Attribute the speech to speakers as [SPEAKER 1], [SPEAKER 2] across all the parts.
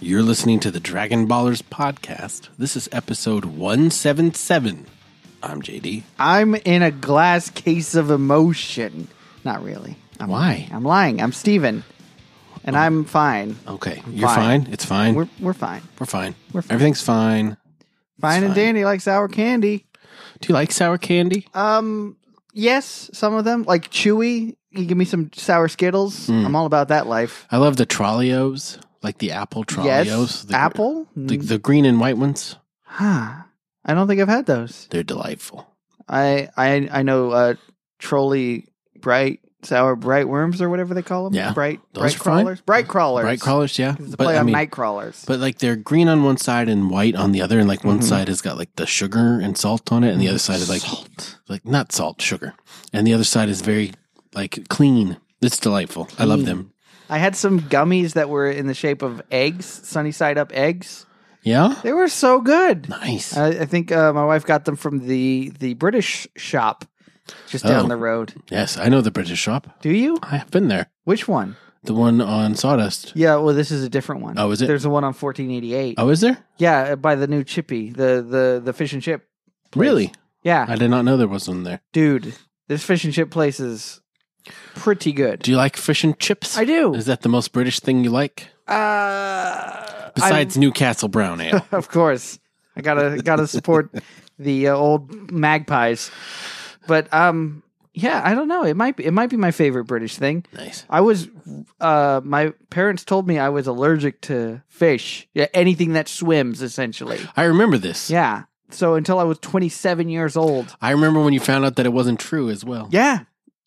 [SPEAKER 1] You're listening to the Dragon Ballers podcast. This is episode 177. I'm JD.
[SPEAKER 2] I'm in a glass case of emotion. Not really. I'm
[SPEAKER 1] Why? Oh.
[SPEAKER 2] I'm lying. I'm Steven. And I'm fine.
[SPEAKER 1] Okay, you're
[SPEAKER 2] Fine.
[SPEAKER 1] fine. It's fine. We're,
[SPEAKER 2] We're we're fine.
[SPEAKER 1] fine.
[SPEAKER 2] we're fine.
[SPEAKER 1] Everything's fine.
[SPEAKER 2] Fine and
[SPEAKER 1] fine.
[SPEAKER 2] dandy like sour candy.
[SPEAKER 1] Do you like sour candy?
[SPEAKER 2] Um yes, some of them. Like chewy. You give me some sour Skittles.
[SPEAKER 1] Hmm.
[SPEAKER 2] I'm all about that life.
[SPEAKER 1] I love the Trolleos, like the apple Trolleos.
[SPEAKER 2] yes.
[SPEAKER 1] the,
[SPEAKER 2] Apple? Hmm.
[SPEAKER 1] The, the green and white ones.
[SPEAKER 2] huh. I don't think I've had those.
[SPEAKER 1] They're delightful.
[SPEAKER 2] I I I know uh trolley bright sour bright worms or whatever they call them.
[SPEAKER 1] Yeah.
[SPEAKER 2] Bright
[SPEAKER 1] Those
[SPEAKER 2] bright
[SPEAKER 1] are fine.
[SPEAKER 2] crawlers. Bright crawlers.
[SPEAKER 1] Bright crawlers, yeah.
[SPEAKER 2] It's a
[SPEAKER 1] But
[SPEAKER 2] play
[SPEAKER 1] I
[SPEAKER 2] on
[SPEAKER 1] mean,
[SPEAKER 2] night crawlers.
[SPEAKER 1] but like they're green on one side and white on the other, and like one
[SPEAKER 2] Mhm.
[SPEAKER 1] side has got like the sugar and salt on it, and the other side is like
[SPEAKER 2] Salt.
[SPEAKER 1] like not salt, sugar, and the other side is very like clean. It's delightful. I love them.
[SPEAKER 2] I had some gummies that were in the shape of eggs, sunny side up eggs.
[SPEAKER 1] Yeah,
[SPEAKER 2] They were so good.
[SPEAKER 1] nice.
[SPEAKER 2] I, I think uh, my wife got them from the the British shop just down
[SPEAKER 1] Oh.
[SPEAKER 2] the road.
[SPEAKER 1] yes, I know the British shop.
[SPEAKER 2] Do you?
[SPEAKER 1] I have been there.
[SPEAKER 2] Which one?
[SPEAKER 1] The one on Sawdust.
[SPEAKER 2] Yeah. Well, this is a different one.
[SPEAKER 1] Oh, is it?
[SPEAKER 2] There's the one on 1488.
[SPEAKER 1] Oh, is there
[SPEAKER 2] Yeah, uh, by the new Chippy, the the the fish and chip. place.
[SPEAKER 1] really?
[SPEAKER 2] Yeah,
[SPEAKER 1] I did not know there was one there.
[SPEAKER 2] dude, this fish and chip place is pretty good.
[SPEAKER 1] Do you like fish and chips?
[SPEAKER 2] I do.
[SPEAKER 1] Is that the most British thing you like
[SPEAKER 2] Uh, I'm-
[SPEAKER 1] besides Newcastle Brown Ale?
[SPEAKER 2] of course. I gotta gotta support the uh, old magpies. But um, yeah, I don't know. It might be it might be my favorite British thing.
[SPEAKER 1] nice.
[SPEAKER 2] I was uh, my parents told me I was allergic to fish. Yeah, anything that swims, essentially.
[SPEAKER 1] I remember this.
[SPEAKER 2] Yeah. So until I was 27 years old.
[SPEAKER 1] I remember when you found out that it wasn't true as well.
[SPEAKER 2] Yeah.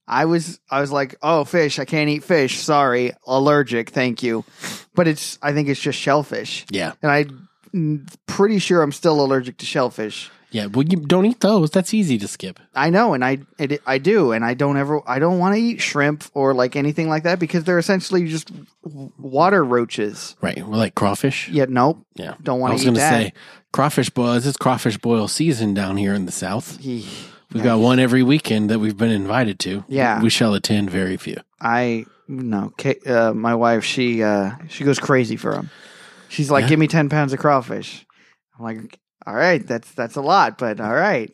[SPEAKER 2] I was I was like, "Oh, fish, I can't eat fish. Sorry. Allergic. Thank you." But it's I think it's just shellfish.
[SPEAKER 1] Yeah.
[SPEAKER 2] And I'm pretty sure I'm still allergic to shellfish.
[SPEAKER 1] Yeah. Well, you don't eat those. That's easy to skip.
[SPEAKER 2] I know, and I it, I do, and I don't ever I don't want to eat shrimp or like anything like that because they're essentially just w- water roaches.
[SPEAKER 1] Right. Well, like crawfish.
[SPEAKER 2] Yeah, nope,
[SPEAKER 1] Yeah.
[SPEAKER 2] don't
[SPEAKER 1] I
[SPEAKER 2] want
[SPEAKER 1] was
[SPEAKER 2] to eat
[SPEAKER 1] going to
[SPEAKER 2] that.
[SPEAKER 1] say crawfish boils. It's crawfish boil season down here in the South.
[SPEAKER 2] Eeh,
[SPEAKER 1] We've got one every weekend that we've been invited to.
[SPEAKER 2] Yeah.
[SPEAKER 1] We shall attend very few.
[SPEAKER 2] I no, Ka- uh, my wife she uh, she goes crazy for them. She's like,
[SPEAKER 1] Yeah.
[SPEAKER 2] "Give me ten pounds of crawfish." I'm like, "All right, that's that's a lot, but all right,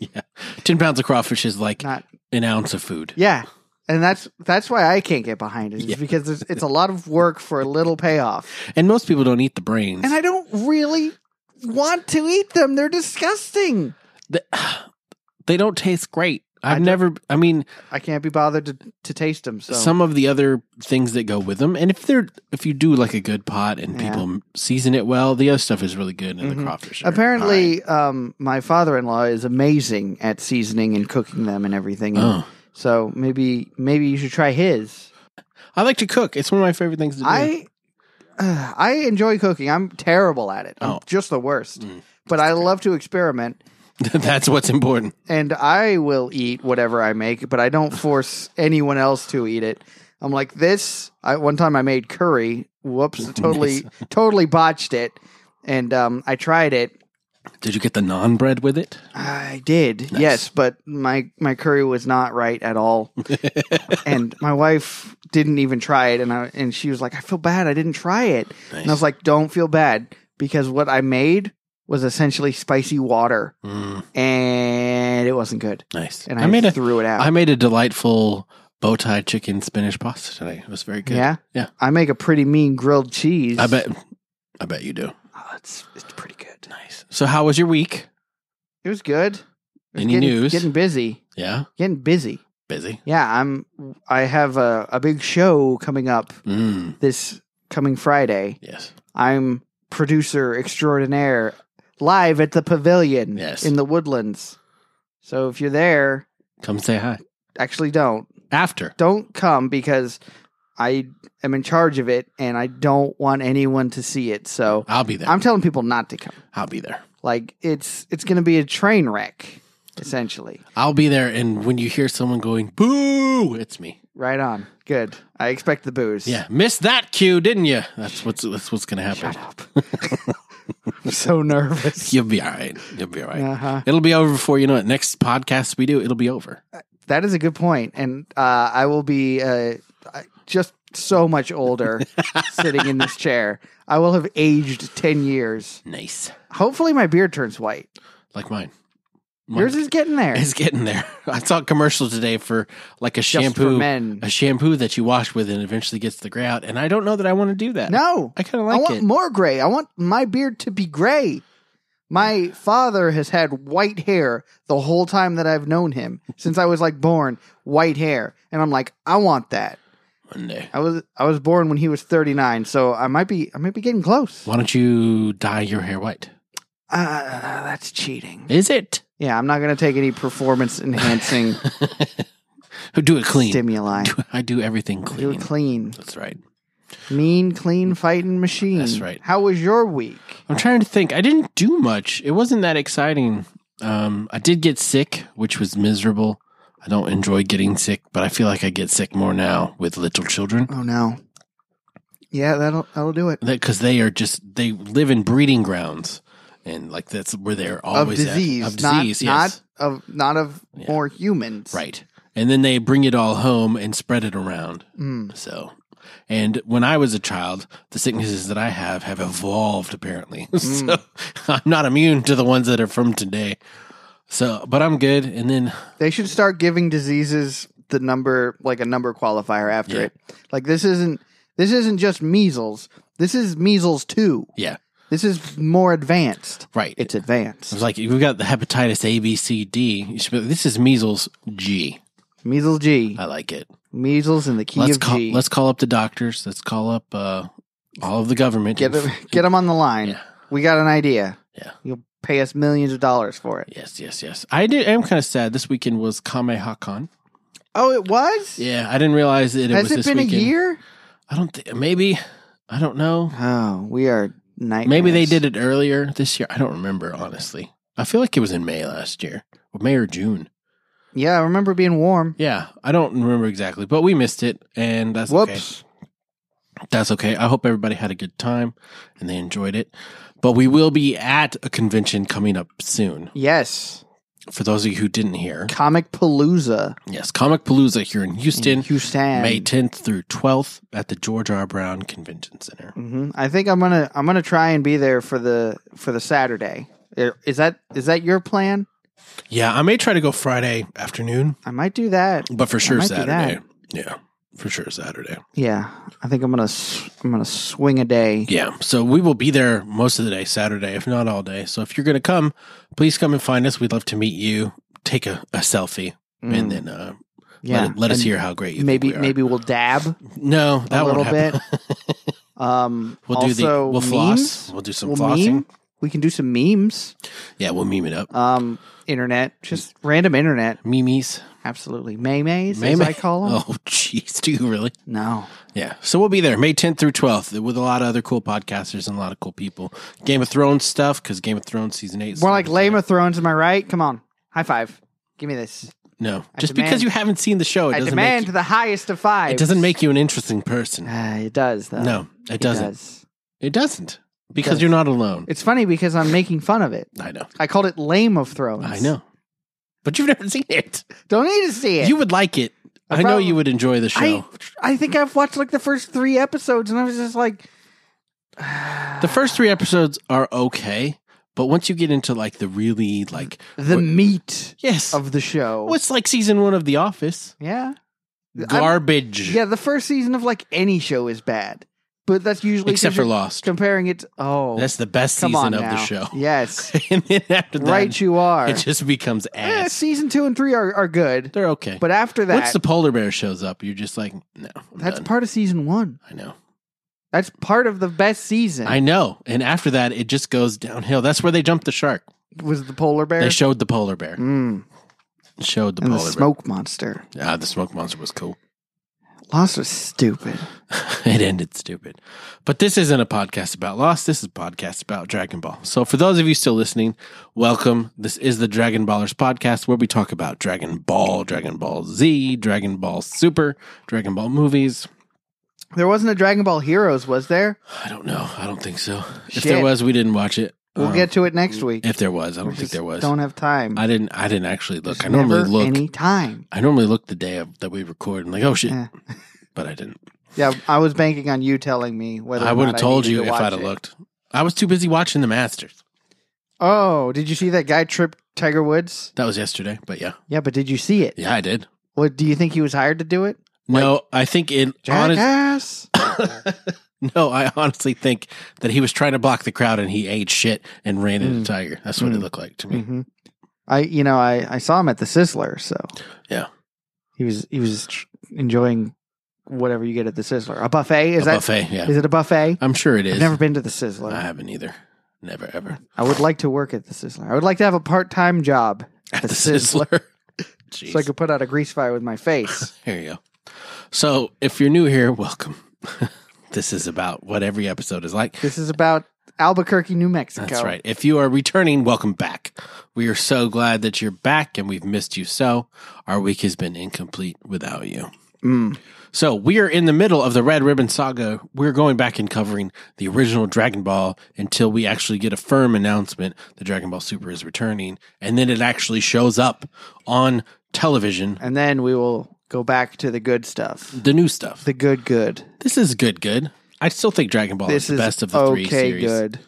[SPEAKER 1] 10 pounds of crawfish is like
[SPEAKER 2] not
[SPEAKER 1] an ounce of food.
[SPEAKER 2] yeah." And that's that's why I can't get behind it is
[SPEAKER 1] Yeah.
[SPEAKER 2] because it's, it's a lot of work for a little payoff,
[SPEAKER 1] And most people don't eat the brains.
[SPEAKER 2] and I don't really want to eat them. They're disgusting.
[SPEAKER 1] they don't taste great. I've
[SPEAKER 2] I don't-
[SPEAKER 1] never, I mean,
[SPEAKER 2] I can't be bothered to, to taste them. So
[SPEAKER 1] some of the other things that go with them. And if they're, if you do like a good pot and
[SPEAKER 2] Yeah.
[SPEAKER 1] people season it well, the other stuff is really good. And the
[SPEAKER 2] Mhm.
[SPEAKER 1] crawfish. are
[SPEAKER 2] apparently, um, my father-in-law is amazing at seasoning and cooking them and everything.
[SPEAKER 1] all right. Oh.
[SPEAKER 2] So maybe maybe you should try his.
[SPEAKER 1] I like to cook. It's one of my favorite things to do.
[SPEAKER 2] I uh, I enjoy cooking. I'm terrible at it. I'm
[SPEAKER 1] Oh.
[SPEAKER 2] just the worst.
[SPEAKER 1] Mm.
[SPEAKER 2] But I love to experiment,
[SPEAKER 1] That's what's important.
[SPEAKER 2] and I will eat whatever I make. But I don't force anyone else to eat it. I'm like this. I, one time I made curry. Whoops! Totally totally botched it, and um, I tried it.
[SPEAKER 1] Did you get the non bread with it?
[SPEAKER 2] I did, yes, but my my curry was not right at all, and my wife didn't even try it, and I and she was like, "I feel bad, I didn't try it," and I was like, "Don't feel bad because what I made was essentially spicy water,
[SPEAKER 1] Mm,
[SPEAKER 2] and it wasn't good,
[SPEAKER 1] nice.
[SPEAKER 2] and
[SPEAKER 1] I,
[SPEAKER 2] I,
[SPEAKER 1] made a
[SPEAKER 2] threw it out."
[SPEAKER 1] I made a delightful bow tie chicken spinach pasta today. It was very good.
[SPEAKER 2] Yeah,
[SPEAKER 1] Yeah.
[SPEAKER 2] I make a pretty mean grilled cheese.
[SPEAKER 1] I bet I bet you do.
[SPEAKER 2] oh, it's it's pretty good.
[SPEAKER 1] Nice. So how was your week?
[SPEAKER 2] It was good. It was
[SPEAKER 1] Any
[SPEAKER 2] getting-
[SPEAKER 1] news?
[SPEAKER 2] Getting busy.
[SPEAKER 1] Yeah.
[SPEAKER 2] Getting busy.
[SPEAKER 1] Busy.
[SPEAKER 2] Yeah, I'm. I have a, a big show coming up
[SPEAKER 1] Mm.
[SPEAKER 2] this coming Friday.
[SPEAKER 1] Yes.
[SPEAKER 2] I'm producer extraordinaire live at the pavilion
[SPEAKER 1] Yes.
[SPEAKER 2] in the woodlands. So if you're there,
[SPEAKER 1] Come say hi.
[SPEAKER 2] actually don't.
[SPEAKER 1] After.
[SPEAKER 2] Don't come because I am in charge of it and I don't want anyone to see it. So
[SPEAKER 1] I'll be there.
[SPEAKER 2] I'm telling people not to come.
[SPEAKER 1] I'll be there.
[SPEAKER 2] Like it's it's going to be a train wreck essentially.
[SPEAKER 1] I'll be there and when you hear someone going boo, it's me.
[SPEAKER 2] Right on. Good. I expect the booze.
[SPEAKER 1] Yeah. Missed that cue, didn't you? That's what's that's what's gonna happen.
[SPEAKER 2] Shut up. I'm so nervous.
[SPEAKER 1] You'll be all right. You'll be all right.
[SPEAKER 2] Uh-huh.
[SPEAKER 1] It'll be over before you know it. Next podcast we do, it'll be over.
[SPEAKER 2] That is a good point, and uh, I will be uh, I- just so much older sitting in this chair. I will have aged 10 years.
[SPEAKER 1] Nice.
[SPEAKER 2] Hopefully, my beard turns white.
[SPEAKER 1] Like mine. Mine
[SPEAKER 2] Yours is getting there.
[SPEAKER 1] is getting there. I saw a commercial today for like a
[SPEAKER 2] Just for
[SPEAKER 1] shampoo,
[SPEAKER 2] men.
[SPEAKER 1] a shampoo that you wash with and eventually gets the gray out. And I don't know that I want to do that.
[SPEAKER 2] No,
[SPEAKER 1] I kind of
[SPEAKER 2] I
[SPEAKER 1] like
[SPEAKER 2] want
[SPEAKER 1] it.
[SPEAKER 2] more gray. I want my beard to be gray. My father has had white hair the whole time that I've known him since I was like born, white hair, and I'm like, I want that.
[SPEAKER 1] One day.
[SPEAKER 2] I was I was born when he was 39, so I might be I might be getting close.
[SPEAKER 1] Why don't you dye your hair white?
[SPEAKER 2] Uh, that's cheating.
[SPEAKER 1] Is it?
[SPEAKER 2] Yeah, I'm not gonna take any performance enhancing
[SPEAKER 1] Do it clean.
[SPEAKER 2] stimuli.
[SPEAKER 1] I do everything
[SPEAKER 2] Do
[SPEAKER 1] clean.
[SPEAKER 2] it clean,
[SPEAKER 1] That's right.
[SPEAKER 2] mean, clean fighting machine.
[SPEAKER 1] That's right.
[SPEAKER 2] How was your week?
[SPEAKER 1] I'm trying to think. I didn't do much. It wasn't that exciting. Um, I did get sick, which was miserable. I don't enjoy getting sick, but I feel like I get sick more now with little children
[SPEAKER 2] Oh no. Yeah, that'll that'll do it.
[SPEAKER 1] because they are just they live in breeding grounds, and like that's where they're
[SPEAKER 2] of
[SPEAKER 1] always
[SPEAKER 2] disease,
[SPEAKER 1] at. of
[SPEAKER 2] not,
[SPEAKER 1] disease, yes.
[SPEAKER 2] not of not of
[SPEAKER 1] Yeah.
[SPEAKER 2] more humans.
[SPEAKER 1] right. And then they bring it all home and spread it around.
[SPEAKER 2] Mm.
[SPEAKER 1] So, and when I was a child, the sicknesses that I have have evolved apparently.
[SPEAKER 2] Mm.
[SPEAKER 1] so I'm not immune to the ones that are from today. So, but I'm good. And then,
[SPEAKER 2] They should start giving diseases the number like a number qualifier after
[SPEAKER 1] Yeah.
[SPEAKER 2] it. Like this isn't this isn't just measles. This is measles two.
[SPEAKER 1] yeah,
[SPEAKER 2] This is more advanced.
[SPEAKER 1] right. It's
[SPEAKER 2] It's advanced.
[SPEAKER 1] like we've got the hepatitis A, B, C, D. You should be, this is measles G.
[SPEAKER 2] Measles G.
[SPEAKER 1] I like it.
[SPEAKER 2] Measles and the key
[SPEAKER 1] Let's
[SPEAKER 2] of
[SPEAKER 1] call.
[SPEAKER 2] G.
[SPEAKER 1] Let's call up the doctors. Let's call up uh, all of the government.
[SPEAKER 2] Get them get 'em on the line.
[SPEAKER 1] Yeah.
[SPEAKER 2] We got an idea.
[SPEAKER 1] Yeah.
[SPEAKER 2] You'll pay us millions of dollars for it.
[SPEAKER 1] Yes, yes, yes. I did. I am kind of sad. This weekend was Kamehakon.
[SPEAKER 2] Oh, it was?
[SPEAKER 1] Yeah, I didn't realize that it
[SPEAKER 2] Has
[SPEAKER 1] was
[SPEAKER 2] it
[SPEAKER 1] this
[SPEAKER 2] been
[SPEAKER 1] weekend.
[SPEAKER 2] a year?
[SPEAKER 1] I don't think. Maybe. I don't know.
[SPEAKER 2] Oh, we are nightmares.
[SPEAKER 1] Maybe they did it earlier this year. I don't remember honestly. I feel like it was in May last year, or May or June.
[SPEAKER 2] Yeah, I remember being warm.
[SPEAKER 1] Yeah, I don't remember exactly, but we missed it, and that's okay.
[SPEAKER 2] Whoops.
[SPEAKER 1] That's okay. I hope everybody had a good time and they enjoyed it. But we will be at a convention coming up soon.
[SPEAKER 2] Yes.
[SPEAKER 1] For those of you who didn't hear,
[SPEAKER 2] Comic Palooza.
[SPEAKER 1] yes, Comic Palooza here in Houston,
[SPEAKER 2] Houston.
[SPEAKER 1] May 10th through 12th at the George R. Brown Convention Center.
[SPEAKER 2] hmm I think I'm gonna I'm gonna try and be there for the for the Saturday. I- Is that is that your plan?
[SPEAKER 1] Yeah, I may try to go Friday afternoon,
[SPEAKER 2] I might do that.
[SPEAKER 1] but for sure
[SPEAKER 2] might do
[SPEAKER 1] Saturday. Yeah, for sure Saturday.
[SPEAKER 2] Yeah, I think I'm gonna s- I'm gonna swing a day.
[SPEAKER 1] Yeah. So we will be there most of the day, Saturday, if not all day. So if you're going to come, please come and find us. We'd love to meet you. Take a, a selfie
[SPEAKER 2] Mm,
[SPEAKER 1] and then uh,
[SPEAKER 2] yeah,
[SPEAKER 1] let, let us
[SPEAKER 2] And
[SPEAKER 1] hear how great you
[SPEAKER 2] Maybe
[SPEAKER 1] think we are.
[SPEAKER 2] maybe we'll dab
[SPEAKER 1] No, that
[SPEAKER 2] a
[SPEAKER 1] won't
[SPEAKER 2] little
[SPEAKER 1] happen.
[SPEAKER 2] bit. Um,
[SPEAKER 1] We'll
[SPEAKER 2] also,
[SPEAKER 1] do the we'll floss.
[SPEAKER 2] memes.
[SPEAKER 1] We'll do some
[SPEAKER 2] We'll
[SPEAKER 1] flossing.
[SPEAKER 2] meme. We can do some memes.
[SPEAKER 1] Yeah, we'll meme it up.
[SPEAKER 2] Um, internet, just random internet.
[SPEAKER 1] Memes.
[SPEAKER 2] Absolutely, maymays as
[SPEAKER 1] Meme-
[SPEAKER 2] I call them.
[SPEAKER 1] Oh, jeez, do you really?
[SPEAKER 2] No,
[SPEAKER 1] Yeah. So we'll be there May 10th through 12th with a lot of other cool podcasters and a lot of cool people. Game of Thrones stuff because Game of Thrones season eight.
[SPEAKER 2] More like Lame of Thrones, am I right? Come on. High five. Give me this.
[SPEAKER 1] No,
[SPEAKER 2] I
[SPEAKER 1] just
[SPEAKER 2] demand-
[SPEAKER 1] because you haven't seen the show, Oh, it
[SPEAKER 2] I
[SPEAKER 1] doesn't
[SPEAKER 2] demand
[SPEAKER 1] make
[SPEAKER 2] the highest of five.
[SPEAKER 1] it doesn't make you an interesting person.
[SPEAKER 2] Uh, it does, though.
[SPEAKER 1] No, it doesn't.
[SPEAKER 2] does.
[SPEAKER 1] It doesn't because
[SPEAKER 2] does.
[SPEAKER 1] you're not alone.
[SPEAKER 2] It's funny because I'm making fun of it.
[SPEAKER 1] I know.
[SPEAKER 2] I called it Lame of Thrones.
[SPEAKER 1] I know. But you've never seen it.
[SPEAKER 2] Don't need to see it.
[SPEAKER 1] You would like it.
[SPEAKER 2] I
[SPEAKER 1] I, know
[SPEAKER 2] probably-
[SPEAKER 1] you would enjoy the show.
[SPEAKER 2] I, I think I've watched like the first three episodes and I was just like,
[SPEAKER 1] The first three episodes are okay, but once you get into like the really like
[SPEAKER 2] the
[SPEAKER 1] What-
[SPEAKER 2] meat
[SPEAKER 1] yes,
[SPEAKER 2] of the show.
[SPEAKER 1] what's like season one of The Office?
[SPEAKER 2] yeah. I'm-
[SPEAKER 1] Garbage,
[SPEAKER 2] yeah, the first season of like any show is bad, but that's usually 'cause
[SPEAKER 1] except for
[SPEAKER 2] you're
[SPEAKER 1] Lost.
[SPEAKER 2] comparing it. To, oh,
[SPEAKER 1] That's the best
[SPEAKER 2] come on
[SPEAKER 1] season of
[SPEAKER 2] now.
[SPEAKER 1] the show.
[SPEAKER 2] Yes.
[SPEAKER 1] and then after that,
[SPEAKER 2] right, you are.
[SPEAKER 1] it just becomes
[SPEAKER 2] Eh,
[SPEAKER 1] ass.
[SPEAKER 2] season two and three are, are good,
[SPEAKER 1] They're okay.
[SPEAKER 2] but after that,
[SPEAKER 1] Once the polar bear shows up, you're just like, no, I'm
[SPEAKER 2] that's
[SPEAKER 1] done.
[SPEAKER 2] part of season one.
[SPEAKER 1] I know.
[SPEAKER 2] That's part of the best season.
[SPEAKER 1] I know. And after that, it just goes downhill. That's where they jumped the shark.
[SPEAKER 2] was the polar bear
[SPEAKER 1] They showed the polar bear.
[SPEAKER 2] Mm,
[SPEAKER 1] Showed the
[SPEAKER 2] and the
[SPEAKER 1] polar
[SPEAKER 2] smoke monster.
[SPEAKER 1] bear. Ah, the smoke monster was cool.
[SPEAKER 2] Lost was stupid.
[SPEAKER 1] it ended stupid. But this isn't a podcast about Lost. This is a podcast about Dragon Ball. So, for those of you still listening, welcome. This is the Dragon Ballers podcast where we talk about Dragon Ball, Dragon Ball Z, Dragon Ball Super, Dragon Ball movies.
[SPEAKER 2] There wasn't a Dragon Ball Heroes, was there?
[SPEAKER 1] I don't know. I don't think so. If
[SPEAKER 2] Shit.
[SPEAKER 1] there was, we didn't watch it.
[SPEAKER 2] We'll
[SPEAKER 1] Um,
[SPEAKER 2] get to it next week.
[SPEAKER 1] If there was, I don't
[SPEAKER 2] We
[SPEAKER 1] think
[SPEAKER 2] just
[SPEAKER 1] there was.
[SPEAKER 2] Don't have time.
[SPEAKER 1] I didn't. I didn't actually look.
[SPEAKER 2] There's
[SPEAKER 1] I normally
[SPEAKER 2] never
[SPEAKER 1] look.
[SPEAKER 2] any time.
[SPEAKER 1] I normally look the day of, that we record. and like, oh shit,
[SPEAKER 2] Yeah.
[SPEAKER 1] but I didn't.
[SPEAKER 2] Yeah, I was banking on you telling me whether or
[SPEAKER 1] I would have
[SPEAKER 2] not
[SPEAKER 1] told
[SPEAKER 2] needed
[SPEAKER 1] you
[SPEAKER 2] to
[SPEAKER 1] if
[SPEAKER 2] watch
[SPEAKER 1] I'd have
[SPEAKER 2] it.
[SPEAKER 1] looked. I was too busy watching the Masters.
[SPEAKER 2] Oh, did you see that guy trip Tiger Woods?
[SPEAKER 1] That was yesterday, but yeah,
[SPEAKER 2] Yeah, but did you see it?
[SPEAKER 1] yeah, I did.
[SPEAKER 2] What do you think he was hired to do it?
[SPEAKER 1] No, I think in honest,
[SPEAKER 2] Jackass.
[SPEAKER 1] no, I honestly think that he was trying to block the crowd and he ate shit and ran
[SPEAKER 2] Mm.
[SPEAKER 1] into Tiger. That's what it
[SPEAKER 2] Mm.
[SPEAKER 1] looked like to me.
[SPEAKER 2] hmm I, you know, I, I saw him at the Sizzler, so
[SPEAKER 1] Yeah.
[SPEAKER 2] he was he was tr- enjoying whatever you get at the Sizzler. A buffet is
[SPEAKER 1] a
[SPEAKER 2] that? Is
[SPEAKER 1] buffet, yeah.
[SPEAKER 2] it a buffet?
[SPEAKER 1] I'm sure it
[SPEAKER 2] I've
[SPEAKER 1] is.
[SPEAKER 2] never been to the Sizzler.
[SPEAKER 1] I haven't either. Never ever.
[SPEAKER 2] I would like to work at the Sizzler. I would like to have a part time job
[SPEAKER 1] At
[SPEAKER 2] the
[SPEAKER 1] the Sizzler. Jeez.
[SPEAKER 2] so I could put out a grease fire with my face.
[SPEAKER 1] Here you go. So, if you're new here, welcome. this is about what every episode is like.
[SPEAKER 2] this is about Albuquerque, New Mexico.
[SPEAKER 1] That's right. If you are returning, welcome back. We are so glad that you're back and we've missed you so. Our week has been incomplete without you.
[SPEAKER 2] Mm.
[SPEAKER 1] So, we are in the middle of the Red Ribbon Saga. We're going back and covering the original Dragon Ball until we actually get a firm announcement that Dragon Ball Super is returning. And then it actually shows up on television,
[SPEAKER 2] And then we will go back to the good stuff.
[SPEAKER 1] the new stuff.
[SPEAKER 2] The good, good.
[SPEAKER 1] This is good, good. I still think Dragon Ball is
[SPEAKER 2] this
[SPEAKER 1] Oh, the
[SPEAKER 2] is
[SPEAKER 1] best of the
[SPEAKER 2] okay,
[SPEAKER 1] three series.
[SPEAKER 2] good.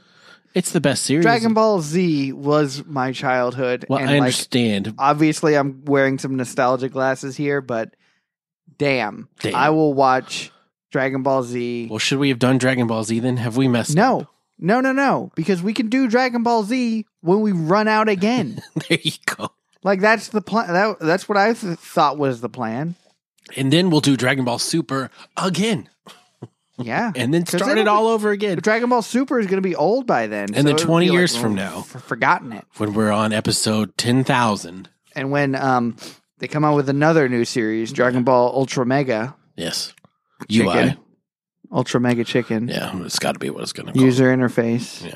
[SPEAKER 1] It's the best series.
[SPEAKER 2] Dragon Ball Z was my childhood.
[SPEAKER 1] Well,
[SPEAKER 2] and
[SPEAKER 1] I
[SPEAKER 2] like,
[SPEAKER 1] understand.
[SPEAKER 2] obviously, I'm wearing some nostalgia glasses here, but damn,
[SPEAKER 1] Damn.
[SPEAKER 2] I will watch Dragon Ball Z.
[SPEAKER 1] well, should we have done Dragon Ball Z then? Have we messed up?
[SPEAKER 2] no, no, no, no, because we can do Dragon Ball Z when we run out again.
[SPEAKER 1] there you go.
[SPEAKER 2] like that's the plan. That, that's what I th- thought was the plan.
[SPEAKER 1] And then we'll do Dragon Ball Super again.
[SPEAKER 2] Yeah.
[SPEAKER 1] And then
[SPEAKER 2] 'Cause
[SPEAKER 1] start it
[SPEAKER 2] it'll
[SPEAKER 1] all over again.
[SPEAKER 2] But Dragon Ball Super is going to be old by then,
[SPEAKER 1] And then
[SPEAKER 2] it'll
[SPEAKER 1] 20
[SPEAKER 2] be
[SPEAKER 1] years
[SPEAKER 2] "Oh,
[SPEAKER 1] from now."
[SPEAKER 2] f- forgotten it.
[SPEAKER 1] When we're on episode 10,000.
[SPEAKER 2] And when um, they come out with another new series, Dragon Ball Ultra Mega,
[SPEAKER 1] Yes.
[SPEAKER 2] Chicken.
[SPEAKER 1] UI.
[SPEAKER 2] Ultra Mega Chicken
[SPEAKER 1] Yeah, it's got to be what it's going to call.
[SPEAKER 2] user interface.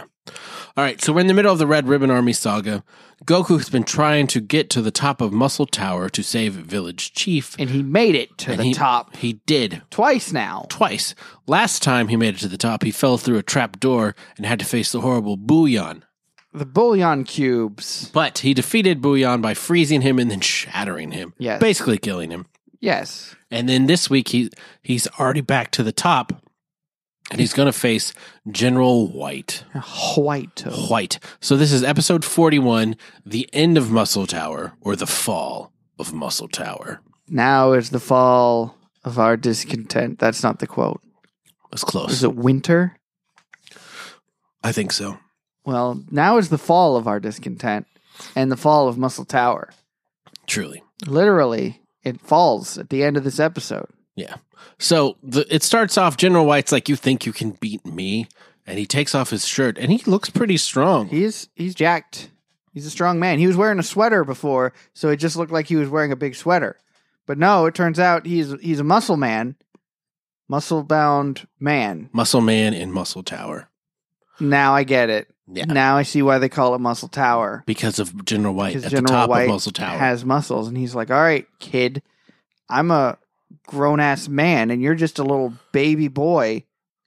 [SPEAKER 1] All right, so we're in the middle of the Red Ribbon Army saga. Goku's been trying to get to the top of Muscle Tower to save Village Chief.
[SPEAKER 2] and he made it to
[SPEAKER 1] and
[SPEAKER 2] the
[SPEAKER 1] he-
[SPEAKER 2] top
[SPEAKER 1] He did,
[SPEAKER 2] twice now.
[SPEAKER 1] twice. Last time he made it to the top, he fell through a trap door and had to face the horrible Booyan.
[SPEAKER 2] The bullion cubes.
[SPEAKER 1] But he defeated Booyan by freezing him and then shattering him,
[SPEAKER 2] Yes.
[SPEAKER 1] basically killing him.
[SPEAKER 2] Yes.
[SPEAKER 1] And then this week he he's already back to the top, and he's going to face General White.
[SPEAKER 2] White.
[SPEAKER 1] White. So this is episode forty-one, the end of Muscle Tower or the fall of Muscle Tower.
[SPEAKER 2] Now is the fall of our discontent. That's not the quote.
[SPEAKER 1] That's
[SPEAKER 2] Is
[SPEAKER 1] close.
[SPEAKER 2] it winter?
[SPEAKER 1] I think so.
[SPEAKER 2] Well, now is the fall of our discontent and the fall of Muscle Tower.
[SPEAKER 1] Truly.
[SPEAKER 2] Literally, it falls at the end of this episode.
[SPEAKER 1] So the, it starts off. General White's like, "You think you can beat me?" And he takes off his shirt, and he looks pretty strong.
[SPEAKER 2] He's he's jacked. He's a strong man. He was wearing a sweater before, so it just looked like he was wearing a big sweater. But no, it turns out he's he's a muscle man, muscle bound man.
[SPEAKER 1] Muscle Man in Muscle Tower.
[SPEAKER 2] Now I get it.
[SPEAKER 1] Yeah,
[SPEAKER 2] Now I see why they call it Muscle Tower.
[SPEAKER 1] because of General White at
[SPEAKER 2] Because
[SPEAKER 1] the
[SPEAKER 2] General
[SPEAKER 1] top
[SPEAKER 2] White
[SPEAKER 1] of Muscle Tower.
[SPEAKER 2] has muscles, and he's like, "All right, kid, I'm a grown ass man, and you're just a little baby boy.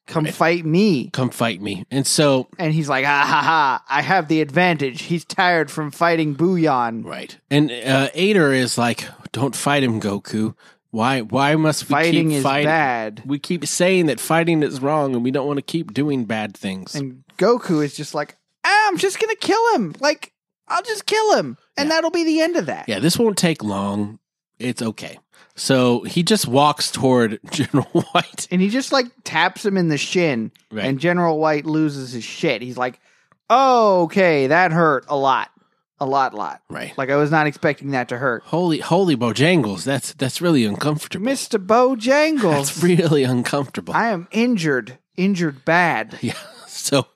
[SPEAKER 2] Come
[SPEAKER 1] Right.
[SPEAKER 2] fight me."
[SPEAKER 1] Come fight me. And so,
[SPEAKER 2] And he's like, "Ah ha ha! I have the advantage. He's tired from fighting Booyan.
[SPEAKER 1] right. And uh, Ader is like, "Don't fight him, Goku. Why? Why must we
[SPEAKER 2] Fighting
[SPEAKER 1] keep
[SPEAKER 2] is
[SPEAKER 1] fighting?
[SPEAKER 2] bad."
[SPEAKER 1] We keep saying that fighting is wrong, and we don't want to keep doing bad things."
[SPEAKER 2] And Goku is just like, ah, I'm just gonna kill him. Like, I'll just kill him, and that'll be the end of that.
[SPEAKER 1] yeah, this won't take long. It's okay. So he just walks toward General White.
[SPEAKER 2] And he just like taps him in the shin,
[SPEAKER 1] Right.
[SPEAKER 2] and General White loses his shit. He's like, oh, okay, that hurt a lot, a lot, lot.
[SPEAKER 1] right.
[SPEAKER 2] Like I was not expecting that to hurt,
[SPEAKER 1] Holy, holy Bojangles. That's that's really uncomfortable.
[SPEAKER 2] Mister Bojangles.
[SPEAKER 1] That's really uncomfortable.
[SPEAKER 2] I am injured, injured bad.
[SPEAKER 1] yeah. So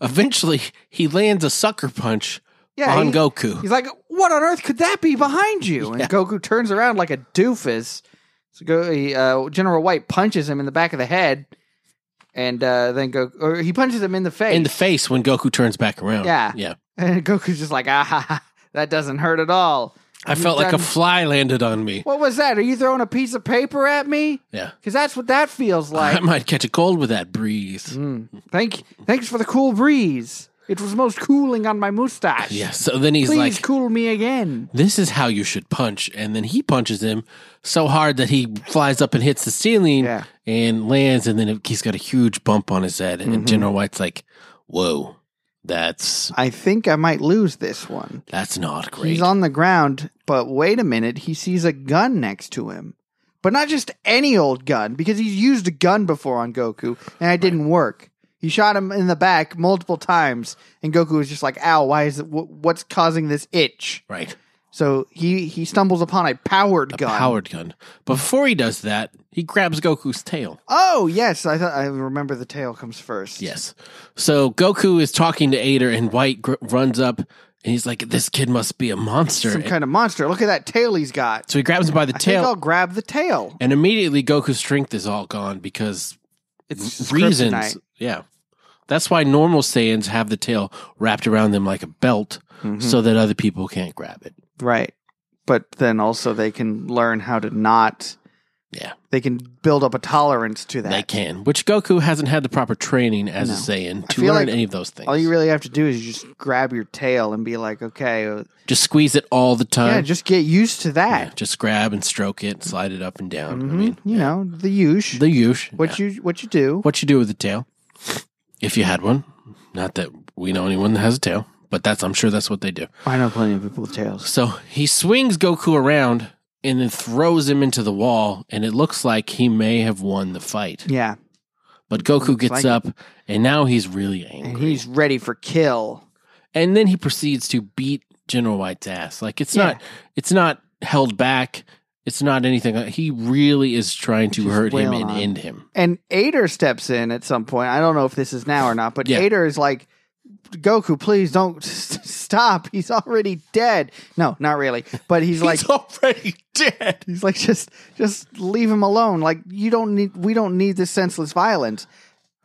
[SPEAKER 1] eventually he lands a sucker punch
[SPEAKER 2] Yeah,
[SPEAKER 1] on
[SPEAKER 2] he-
[SPEAKER 1] Goku.
[SPEAKER 2] He's like, "What on earth could that be behind you?" And
[SPEAKER 1] Yeah.
[SPEAKER 2] Goku turns around like a doofus. So go, he, uh, General White punches him in the back of the head, and uh, then go, or he punches him in the face.
[SPEAKER 1] in the face when Goku turns back around.
[SPEAKER 2] Yeah.
[SPEAKER 1] Yeah.
[SPEAKER 2] and Goku's just like, "Ah, ha, ha, that doesn't hurt at all."
[SPEAKER 1] I felt like a
[SPEAKER 2] done-
[SPEAKER 1] fly landed on me.
[SPEAKER 2] What was that? Are you throwing a piece of paper at me?
[SPEAKER 1] Yeah.
[SPEAKER 2] Because that's what that feels
[SPEAKER 1] I
[SPEAKER 2] like.
[SPEAKER 1] might catch a cold with that breeze.
[SPEAKER 2] Mm. Thank, thanks for the cool breeze. It was most cooling on my mustache.
[SPEAKER 1] Yeah. So then he's
[SPEAKER 2] Please
[SPEAKER 1] like,
[SPEAKER 2] cool me again.
[SPEAKER 1] this is how you should punch. And then he punches him so hard that he flies up and hits the ceiling
[SPEAKER 2] Yeah.
[SPEAKER 1] and lands. And then he's got a huge bump on his head. And
[SPEAKER 2] Mhm.
[SPEAKER 1] General White's like, whoa, that's,
[SPEAKER 2] I think I might lose this one.
[SPEAKER 1] that's not great.
[SPEAKER 2] He's on the ground, but wait a minute, he sees a gun next to him. But not just any old gun, because he's used a gun before on Goku, and it didn't work. He shot him in the back multiple times, and Goku was just like, ow, why is it, wh- what's causing this itch?
[SPEAKER 1] right.
[SPEAKER 2] So he, he stumbles upon a powered
[SPEAKER 1] A
[SPEAKER 2] gun.
[SPEAKER 1] powered gun. Before he does that, he grabs Goku's tail.
[SPEAKER 2] oh, yes, I thought I remember the tail comes first.
[SPEAKER 1] Yes. So Goku is talking to Ader, and White gr- runs up and he's like, "This kid must be a monster."
[SPEAKER 2] Some kind of monster. Look at that tail he's got.
[SPEAKER 1] so he grabs him by the
[SPEAKER 2] I think
[SPEAKER 1] tail,
[SPEAKER 2] I'll grab the tail.
[SPEAKER 1] and immediately Goku's strength is all gone because
[SPEAKER 2] It's just
[SPEAKER 1] reasons.
[SPEAKER 2] kryptonite.
[SPEAKER 1] Yeah, that's why normal Saiyans have the tail wrapped around them like a belt,
[SPEAKER 2] Mhm.
[SPEAKER 1] so that other people can't grab it.
[SPEAKER 2] Right. But then also they can learn how to not.
[SPEAKER 1] Yeah.
[SPEAKER 2] They can build up a tolerance to
[SPEAKER 1] They
[SPEAKER 2] that.
[SPEAKER 1] can, which Goku hasn't had the proper training as
[SPEAKER 2] No.
[SPEAKER 1] a Saiyan
[SPEAKER 2] I
[SPEAKER 1] to
[SPEAKER 2] feel
[SPEAKER 1] learn
[SPEAKER 2] like
[SPEAKER 1] any of those things.
[SPEAKER 2] All you really have to do is just grab your tail and be like, okay, uh,
[SPEAKER 1] just squeeze it all the
[SPEAKER 2] yeah,
[SPEAKER 1] time.
[SPEAKER 2] just get used to
[SPEAKER 1] Uh, Yeah,
[SPEAKER 2] that.
[SPEAKER 1] just grab and stroke it, slide it up and down.
[SPEAKER 2] Mhm.
[SPEAKER 1] I mean,
[SPEAKER 2] you know, the use.
[SPEAKER 1] the yush. yeah.
[SPEAKER 2] What you what you do?
[SPEAKER 1] what you do with a tail, if you had one. Not that we know anyone that has a tail, but that's I'm sure that's what they do.
[SPEAKER 2] I know plenty of people with tails.
[SPEAKER 1] So he swings Goku around and then throws him into the wall, and it looks like he may have won the fight.
[SPEAKER 2] Yeah,
[SPEAKER 1] But Goku
[SPEAKER 2] Looks
[SPEAKER 1] gets
[SPEAKER 2] like it.
[SPEAKER 1] up, and now he's really
[SPEAKER 2] and
[SPEAKER 1] angry.
[SPEAKER 2] he's ready for kill.
[SPEAKER 1] and then he proceeds to beat General White's ass. Like it's
[SPEAKER 2] Yeah.
[SPEAKER 1] not, it's not held back. It's not anything. Uh, He really is trying to
[SPEAKER 2] Just
[SPEAKER 1] hurt him
[SPEAKER 2] wail
[SPEAKER 1] and
[SPEAKER 2] on.
[SPEAKER 1] end him.
[SPEAKER 2] And Ader steps in at some point. I don't know if this is now or not, but
[SPEAKER 1] Yeah.
[SPEAKER 2] Ader is like, Goku, please don't s- stop. He's already dead. No, not really. But he's like,
[SPEAKER 1] he's already dead.
[SPEAKER 2] He's like, just just leave him alone. Like you don't need we don't need this senseless violence.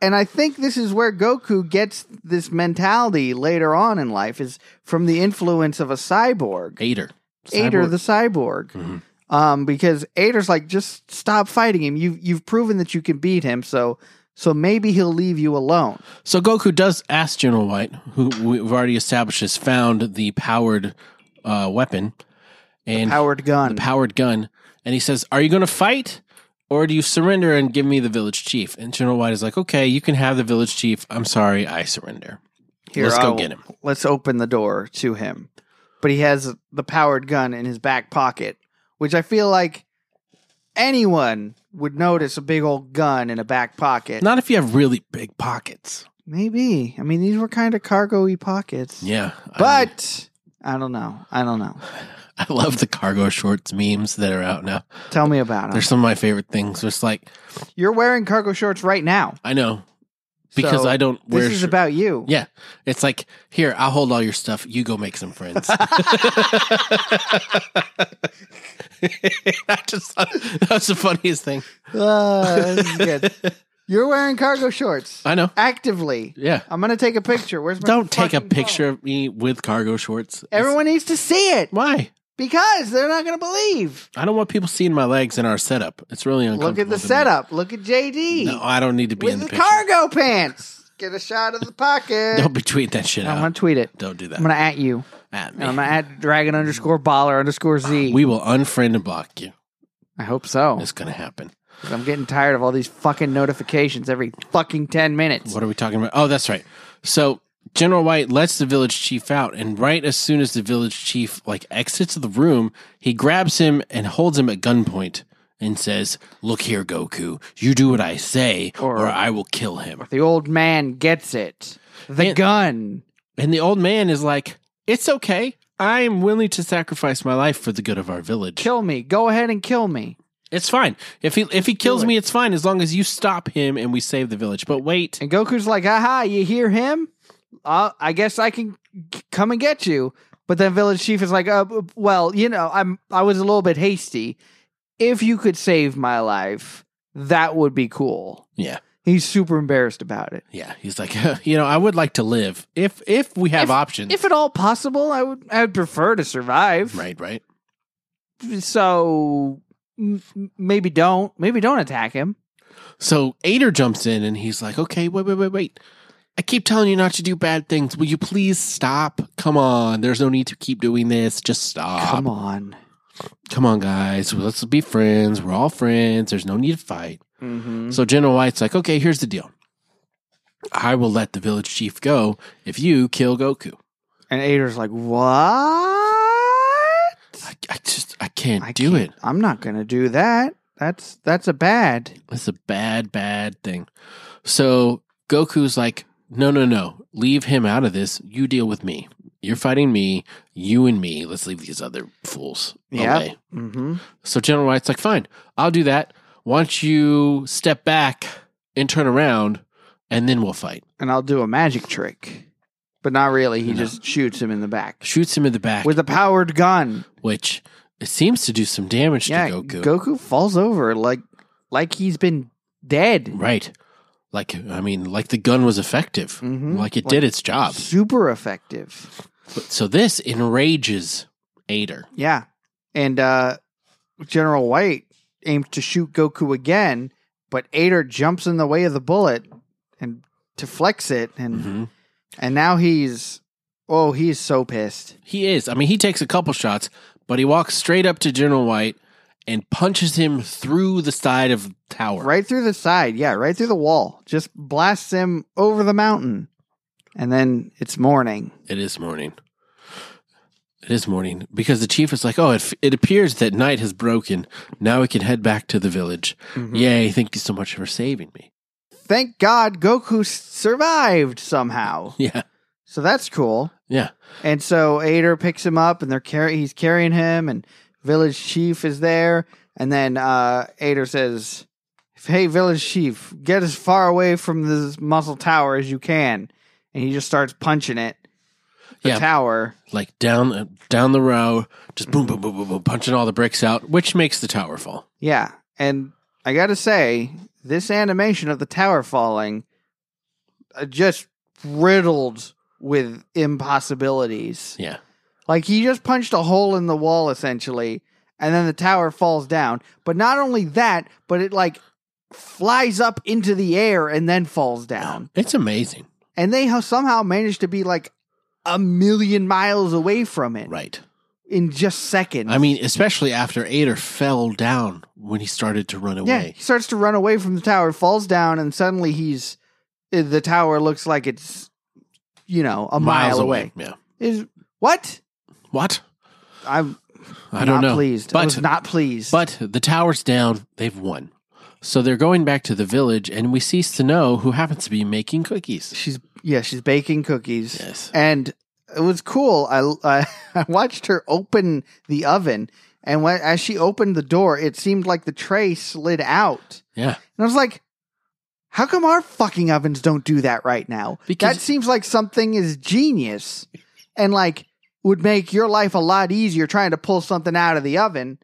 [SPEAKER 2] And I think this is where Goku gets this mentality later on in life is from the influence of a cyborg.
[SPEAKER 1] Ader,
[SPEAKER 2] Ader
[SPEAKER 1] Cyborg.
[SPEAKER 2] the cyborg.
[SPEAKER 1] Mhm.
[SPEAKER 2] Um, because Ader's like, just stop fighting him. You've you've proven that you can beat him, so so maybe he'll leave you alone.
[SPEAKER 1] So Goku does ask General White, who we've already established has found the powered uh, weapon and
[SPEAKER 2] Powered gun.
[SPEAKER 1] the powered gun, and he says, "Are you going to fight, or do you surrender and give me the village chief?" And General White is like, "Okay, you can have the village chief. I'm sorry, I surrender."
[SPEAKER 2] Here,
[SPEAKER 1] let's go
[SPEAKER 2] I'll-
[SPEAKER 1] get him.
[SPEAKER 2] Let's open the door to him. But he has the powered gun in his back pocket, which I feel like anyone would notice a big old gun in a back pocket.
[SPEAKER 1] Not if you have really big pockets.
[SPEAKER 2] Maybe. I mean, these were kind of cargo y pockets.
[SPEAKER 1] Yeah, I,
[SPEAKER 2] But I don't know. I don't know.
[SPEAKER 1] I love the cargo shorts memes that are out now.
[SPEAKER 2] Tell me about
[SPEAKER 1] They're
[SPEAKER 2] them.
[SPEAKER 1] some of my favorite things. It's like
[SPEAKER 2] You're wearing cargo shorts right now.
[SPEAKER 1] I know because
[SPEAKER 2] So
[SPEAKER 1] I don't wear.
[SPEAKER 2] This is
[SPEAKER 1] shor-
[SPEAKER 2] about you.
[SPEAKER 1] Yeah. It's like, here, I'll hold all your stuff. You go make some friends. I just thought that was the funniest thing.
[SPEAKER 2] Ah, this is good. You're wearing cargo shorts
[SPEAKER 1] I know.
[SPEAKER 2] actively.
[SPEAKER 1] Yeah.
[SPEAKER 2] I'm gonna take a picture. Where's my
[SPEAKER 1] Don't take a
[SPEAKER 2] fucking phone?
[SPEAKER 1] picture of me with cargo shorts. It's-
[SPEAKER 2] Everyone needs to see it.
[SPEAKER 1] Why?
[SPEAKER 2] Because they're not going to believe.
[SPEAKER 1] I don't want people seeing my legs in our setup. It's really uncomfortable.
[SPEAKER 2] Look at the
[SPEAKER 1] to me.
[SPEAKER 2] setup. Look at JD
[SPEAKER 1] No, I don't need to be
[SPEAKER 2] with
[SPEAKER 1] in
[SPEAKER 2] the,
[SPEAKER 1] the, picture.
[SPEAKER 2] cargo pants. Get a shot of the pocket.
[SPEAKER 1] Don't be tweeting that shit
[SPEAKER 2] I'm
[SPEAKER 1] out.
[SPEAKER 2] going to tweet it.
[SPEAKER 1] don't do that.
[SPEAKER 2] I'm going to at you.
[SPEAKER 1] At
[SPEAKER 2] And I'm
[SPEAKER 1] me.
[SPEAKER 2] going to at dragon underscore baller underscore Z.
[SPEAKER 1] We will unfriend and block you.
[SPEAKER 2] I hope so.
[SPEAKER 1] It's going to happen.
[SPEAKER 2] 'Cause I'm getting tired of all these fucking notifications every fucking 10 minutes.
[SPEAKER 1] What are we talking about? Oh, that's right. So General White lets the village chief out, and right as soon as the village chief like exits the room, he grabs him and holds him at gunpoint and says, "Look here, Goku. You do what I say, or,
[SPEAKER 2] Or-
[SPEAKER 1] I will kill him."
[SPEAKER 2] The old man gets it. The
[SPEAKER 1] And-
[SPEAKER 2] gun.
[SPEAKER 1] And the old man is like, "It's okay. I am willing to sacrifice my life for the good of our village.
[SPEAKER 2] Kill me. Go ahead and kill me.
[SPEAKER 1] It's fine. If he if he kills
[SPEAKER 2] it.
[SPEAKER 1] me, it's fine as long as you stop him and we save the village. But wait,
[SPEAKER 2] And Goku's like, aha, you hear him? Uh, I guess I can c- come and get you. But then Village Chief is like, uh, b- well, you know, I'm I was a little bit hasty. If you could save my life, that would be cool.
[SPEAKER 1] yeah."
[SPEAKER 2] He's super embarrassed about it.
[SPEAKER 1] Yeah, he's like, you know, I would like to live if if we have
[SPEAKER 2] If-
[SPEAKER 1] options.
[SPEAKER 2] If at all possible, I would I would prefer to survive.
[SPEAKER 1] Right, right.
[SPEAKER 2] So m- m- maybe don't maybe don't attack him.
[SPEAKER 1] So Ader jumps in and he's like, okay, wait, wait, wait, wait. I keep telling you not to do bad things. Will you please stop? Come on. There's no need to keep doing this. Just stop.
[SPEAKER 2] Come on.
[SPEAKER 1] Come on, guys. Let's be friends. We're all friends. There's no need to fight.
[SPEAKER 2] Mm-hmm.
[SPEAKER 1] So Jenna White's like, okay, here's the deal. I will let the village chief go if you kill Goku.
[SPEAKER 2] And Ader's like, what? I
[SPEAKER 1] I, I just, I can't do
[SPEAKER 2] can't-
[SPEAKER 1] it.
[SPEAKER 2] I'm not gonna do that. That's that's a bad.
[SPEAKER 1] It's a bad, bad thing. So Goku's like, no, no, no. Leave him out of this. You deal with me. You're fighting me, you and me. Let's leave these other fools
[SPEAKER 2] Yep.
[SPEAKER 1] away.
[SPEAKER 2] Mm-hmm.
[SPEAKER 1] So General White's like, fine, I'll do that. Why don't you step back and turn around, and then we'll fight.
[SPEAKER 2] And I'll do a magic trick, but not really. He
[SPEAKER 1] No.
[SPEAKER 2] just shoots him in the back
[SPEAKER 1] Shoots him in the back,
[SPEAKER 2] with a powered gun.
[SPEAKER 1] which it seems to do some damage
[SPEAKER 2] yeah,
[SPEAKER 1] to Goku.
[SPEAKER 2] falls over like like he's been dead.
[SPEAKER 1] right. Like, I mean, like the gun was effective.
[SPEAKER 2] Mhm.
[SPEAKER 1] Mm-hmm. Like it
[SPEAKER 2] Like-
[SPEAKER 1] did its job.
[SPEAKER 2] Super effective.
[SPEAKER 1] But- So this enrages Ader.
[SPEAKER 2] Yeah, and uh General White aims to shoot Goku again, but Ader jumps in the way of the bullet and deflects it, and
[SPEAKER 1] Mhm.
[SPEAKER 2] and now he's oh he's so pissed.
[SPEAKER 1] He is. I mean, he takes a couple shots, but he walks straight up to General White and punches him through the side of the tower.
[SPEAKER 2] Right through the side, yeah, right through the wall. Just blasts him over the mountain. And then it's morning.
[SPEAKER 1] It is morning. It is morning because the chief is like, "Oh, it, it appears that night has broken. Now we can head back to the village.
[SPEAKER 2] Mm-hmm.
[SPEAKER 1] Yay! Thank you so much for saving me."
[SPEAKER 2] Thank God Goku s- survived somehow.
[SPEAKER 1] Yeah,
[SPEAKER 2] So that's cool.
[SPEAKER 1] yeah.
[SPEAKER 2] And so Ader picks him up and they're car- he's carrying him and village chief is there and then uh Ader says, "Hey village chief, get as far away from this muscle tower as you can." And he just starts punching it. The
[SPEAKER 1] Yeah.
[SPEAKER 2] tower.
[SPEAKER 1] Like down uh, down the row, just boom, boom, boom, boom, boom, punching all the bricks out, which makes the tower fall.
[SPEAKER 2] Yeah. And I got to say, this animation of the tower falling uh, just riddled with impossibilities.
[SPEAKER 1] Yeah,
[SPEAKER 2] Like he just punched a hole in the wall essentially, and then the tower falls down. But not only that, but it like flies up into the air and then falls down.
[SPEAKER 1] it's amazing,
[SPEAKER 2] And they ho- somehow managed to be like a million miles away from it
[SPEAKER 1] right?
[SPEAKER 2] in just seconds.
[SPEAKER 1] I mean, especially after Ader fell down when he started to run
[SPEAKER 2] yeah,
[SPEAKER 1] away.
[SPEAKER 2] he starts to run away from the tower, falls down, and suddenly he's eh, the tower looks like it's you know a mile away.
[SPEAKER 1] Yeah.
[SPEAKER 2] Is what
[SPEAKER 1] What?
[SPEAKER 2] I'm
[SPEAKER 1] I
[SPEAKER 2] not
[SPEAKER 1] don't know.
[SPEAKER 2] pleased. I
[SPEAKER 1] But-
[SPEAKER 2] was not pleased.
[SPEAKER 1] But the tower's down. They've won. So they're going back to the village, and we cease to know who happens to be making cookies.
[SPEAKER 2] she's yeah she's baking cookies
[SPEAKER 1] Yes.
[SPEAKER 2] and it was cool I, I i watched her open the oven and when as she opened the door it seemed like the tray slid out
[SPEAKER 1] Yeah.
[SPEAKER 2] and i was like how come our fucking ovens don't do that right now
[SPEAKER 1] Because-
[SPEAKER 2] that seems like something is genius and like would make your life a lot easier trying to pull something out of the oven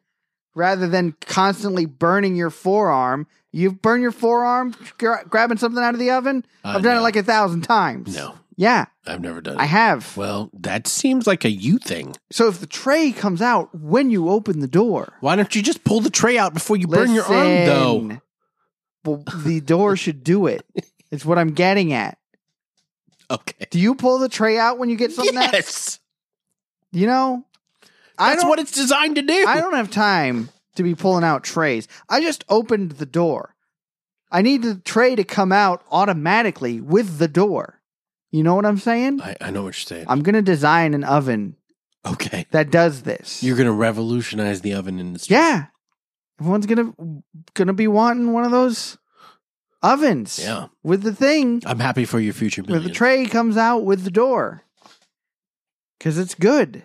[SPEAKER 2] rather than constantly burning your forearm you burn your forearm gra- grabbing something out of the oven
[SPEAKER 1] Uh,
[SPEAKER 2] I've done
[SPEAKER 1] no.
[SPEAKER 2] it like a thousand times.
[SPEAKER 1] No, Uh,
[SPEAKER 2] Yeah,
[SPEAKER 1] I've never done it.
[SPEAKER 2] I have.
[SPEAKER 1] well, that seems like a you thing.
[SPEAKER 2] So if the tray comes out when you open the door,
[SPEAKER 1] Why don't you just pull the tray out before you burn your arm, though?
[SPEAKER 2] Listen. Well, the door should do it. It's what I'm getting at.
[SPEAKER 1] Okay.
[SPEAKER 2] Do you pull the tray out when you get something? out?
[SPEAKER 1] Yes.
[SPEAKER 2] You know, I
[SPEAKER 1] That's
[SPEAKER 2] don't.
[SPEAKER 1] what it's designed to do.
[SPEAKER 2] I don't have time to be pulling out trays. I just opened the door. I need the tray to come out automatically with the door. You know what I'm saying?
[SPEAKER 1] I, I know what you're saying.
[SPEAKER 2] I'm gonna design an oven
[SPEAKER 1] okay.
[SPEAKER 2] that does this.
[SPEAKER 1] You're going to revolutionize the oven industry.
[SPEAKER 2] Yeah. Everyone's gonna gonna be wanting one of those ovens.
[SPEAKER 1] Yeah.
[SPEAKER 2] With the thing
[SPEAKER 1] I'm happy for your future
[SPEAKER 2] where
[SPEAKER 1] billions.
[SPEAKER 2] the tray comes out with the door. Cause it's good.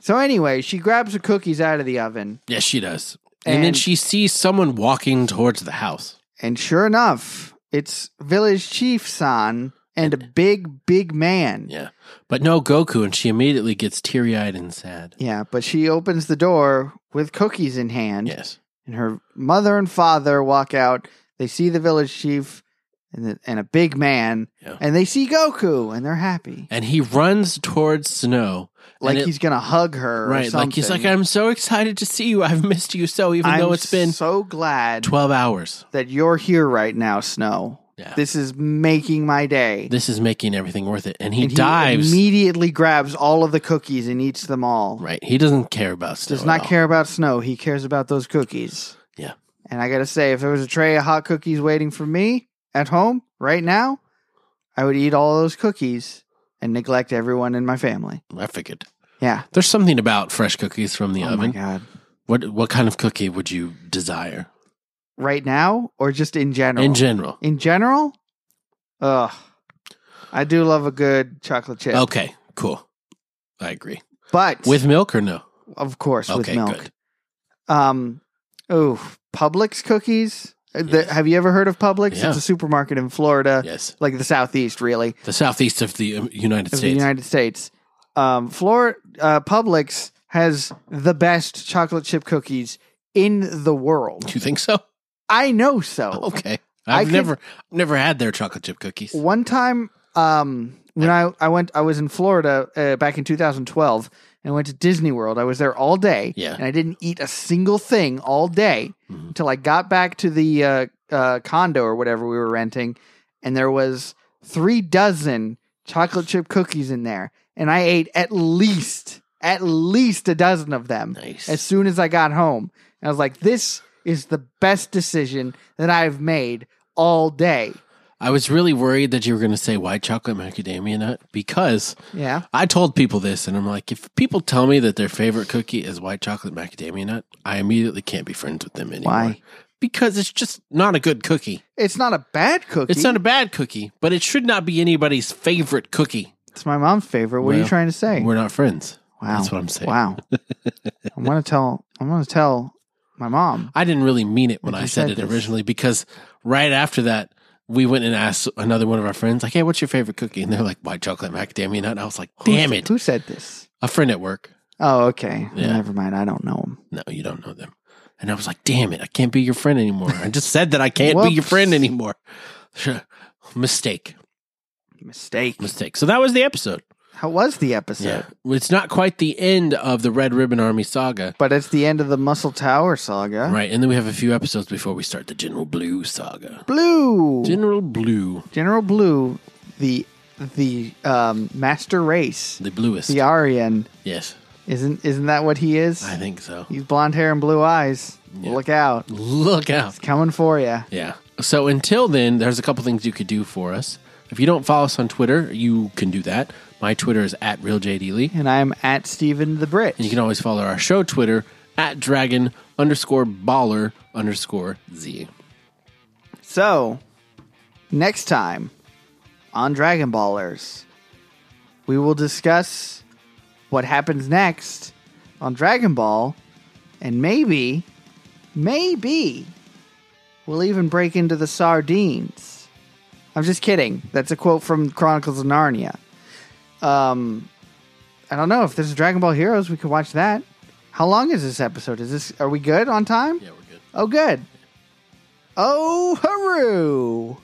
[SPEAKER 2] So anyway, she grabs the cookies out of the oven,
[SPEAKER 1] yes, she does. and then
[SPEAKER 2] And-
[SPEAKER 1] she sees someone walking towards the house.
[SPEAKER 2] and sure enough, it's village chief San and a big, big man.
[SPEAKER 1] Yeah. But no Goku, and she immediately gets teary eyed and sad.
[SPEAKER 2] Yeah, but she opens the door with cookies in hand.
[SPEAKER 1] Yes.
[SPEAKER 2] and her mother and father walk out. They see the village chief and, the, and a big man,
[SPEAKER 1] Yeah.
[SPEAKER 2] and they see Goku, and they're happy.
[SPEAKER 1] And he runs towards Snow.
[SPEAKER 2] Like
[SPEAKER 1] it-
[SPEAKER 2] he's gonna hug her, or
[SPEAKER 1] Right. Like he's like,
[SPEAKER 2] something.
[SPEAKER 1] I'm so excited to see you. I've missed you so, even
[SPEAKER 2] I'm
[SPEAKER 1] though it's been
[SPEAKER 2] so glad
[SPEAKER 1] 12 hours.
[SPEAKER 2] that you're here right now, Snow.
[SPEAKER 1] Yeah.
[SPEAKER 2] This is making my day.
[SPEAKER 1] This is making everything worth it. And he
[SPEAKER 2] And
[SPEAKER 1] dives.
[SPEAKER 2] immediately grabs all of the cookies and eats them all.
[SPEAKER 1] right. He doesn't care about snow.
[SPEAKER 2] Does
[SPEAKER 1] at
[SPEAKER 2] not
[SPEAKER 1] all.
[SPEAKER 2] care about snow. He cares about those cookies.
[SPEAKER 1] Yeah.
[SPEAKER 2] And I gotta say, if there was a tray of hot cookies waiting for me at home right now, I would eat all those cookies and neglect everyone in my family.
[SPEAKER 1] I figured.
[SPEAKER 2] Yeah.
[SPEAKER 1] There's something about fresh cookies from the
[SPEAKER 2] oh my
[SPEAKER 1] oven.
[SPEAKER 2] god.
[SPEAKER 1] What what kind of cookie would you desire
[SPEAKER 2] Right now or just in general?
[SPEAKER 1] in general?
[SPEAKER 2] In general? Ugh. I do love a good chocolate chip.
[SPEAKER 1] Okay, cool. I agree.
[SPEAKER 2] But
[SPEAKER 1] With milk or no?
[SPEAKER 2] of course with
[SPEAKER 1] Okay,
[SPEAKER 2] milk.
[SPEAKER 1] good.
[SPEAKER 2] Um, oh, Publix cookies. Uh, the-
[SPEAKER 1] Yes.
[SPEAKER 2] have you ever heard of Publix?
[SPEAKER 1] Yeah.
[SPEAKER 2] It's a supermarket in Florida,
[SPEAKER 1] Yes,
[SPEAKER 2] like the southeast, really,
[SPEAKER 1] the southeast of the um, United
[SPEAKER 2] of the
[SPEAKER 1] States.
[SPEAKER 2] United States. Um, Flor uh, Publix has the best chocolate chip cookies in the world.
[SPEAKER 1] you think so?
[SPEAKER 2] I know so.
[SPEAKER 1] Okay,
[SPEAKER 2] Oh. I
[SPEAKER 1] I've
[SPEAKER 2] could-
[SPEAKER 1] never never had their chocolate chip cookies.
[SPEAKER 2] One time, um, when I, I went, I was in Florida uh, back in 2012 and went to Disney World. I was there all day,
[SPEAKER 1] Yeah.
[SPEAKER 2] and I didn't eat a single thing all day
[SPEAKER 1] Mhm.
[SPEAKER 2] until I got back to the uh, uh, condo or whatever we were renting, and there was three dozen chocolate chip cookies in there, and I ate at least at least a dozen of them
[SPEAKER 1] Nice.
[SPEAKER 2] as soon as I got home. And I was like, this is the best decision that I've made all day.
[SPEAKER 1] I was really worried that you were going to say white chocolate macadamia nut because
[SPEAKER 2] Yeah.
[SPEAKER 1] I told people this, and I'm like, if people tell me that their favorite cookie is white chocolate macadamia nut, I immediately can't be friends with them anymore.
[SPEAKER 2] Why?
[SPEAKER 1] Because it's just not a good cookie.
[SPEAKER 2] It's not a bad cookie.
[SPEAKER 1] It's not a bad cookie, but it should not be anybody's favorite cookie.
[SPEAKER 2] It's my mom's favorite. What are you
[SPEAKER 1] Well,
[SPEAKER 2] trying to say?
[SPEAKER 1] We're not friends.
[SPEAKER 2] Wow.
[SPEAKER 1] That's what I'm saying.
[SPEAKER 2] Wow. I'm gonna tell. I'm gonna tell my mom.
[SPEAKER 1] I didn't really mean it when
[SPEAKER 2] If
[SPEAKER 1] I
[SPEAKER 2] you
[SPEAKER 1] said,
[SPEAKER 2] said
[SPEAKER 1] it
[SPEAKER 2] this.
[SPEAKER 1] originally because right after that, we went and asked another one of our friends, like, hey, what's your favorite cookie? And they're like, white chocolate macadamia nut. And I was like,
[SPEAKER 2] Who
[SPEAKER 1] damn
[SPEAKER 2] said-
[SPEAKER 1] it.
[SPEAKER 2] Who said this?
[SPEAKER 1] A friend at work.
[SPEAKER 2] Oh, okay.
[SPEAKER 1] Yeah.
[SPEAKER 2] Never mind. I don't know him.
[SPEAKER 1] No, you don't know them. And I was like, damn it, I can't be your friend anymore. I just said that I can't be your
[SPEAKER 2] Whoops.
[SPEAKER 1] friend anymore. Mistake.
[SPEAKER 2] Mistake.
[SPEAKER 1] Mistake. So that was the episode.
[SPEAKER 2] How was the episode?
[SPEAKER 1] It's not quite the end of the Red Ribbon Army saga.
[SPEAKER 2] But it's the end of the Muscle Tower saga.
[SPEAKER 1] Right. And then we have a few episodes before we start the General Blue saga.
[SPEAKER 2] Blue.
[SPEAKER 1] General Blue,
[SPEAKER 2] General Blue, the the um, master race,
[SPEAKER 1] the bluest.
[SPEAKER 2] the Aryan.
[SPEAKER 1] Yes,
[SPEAKER 2] Isn't isn't that what he is?
[SPEAKER 1] I think so.
[SPEAKER 2] He's blonde hair and blue eyes.
[SPEAKER 1] Yeah.
[SPEAKER 2] Look out.
[SPEAKER 1] Look out.
[SPEAKER 2] It's coming for you.
[SPEAKER 1] Yeah. So until then, there's a couple things you could do for us. If you don't follow us on Twitter, you can do that. My Twitter is at RealJDLee.
[SPEAKER 2] And I'm at Steven the Brit.
[SPEAKER 1] And you can always follow our show Twitter at dragon underscore baller underscore Z.
[SPEAKER 2] So, next time on Dragon Ballers, we will discuss what happens next on Dragon Ball, and maybe, maybe, we'll even break into the sardines. I'm just kidding. That's a quote from Chronicles of Narnia. Um, I don't know if there's a Dragon Ball Heroes. We could watch that. How long is this episode? Is this? Are we Oh, good on time?
[SPEAKER 1] Yeah, we're good.
[SPEAKER 2] Oh, good. Oh, hooroo!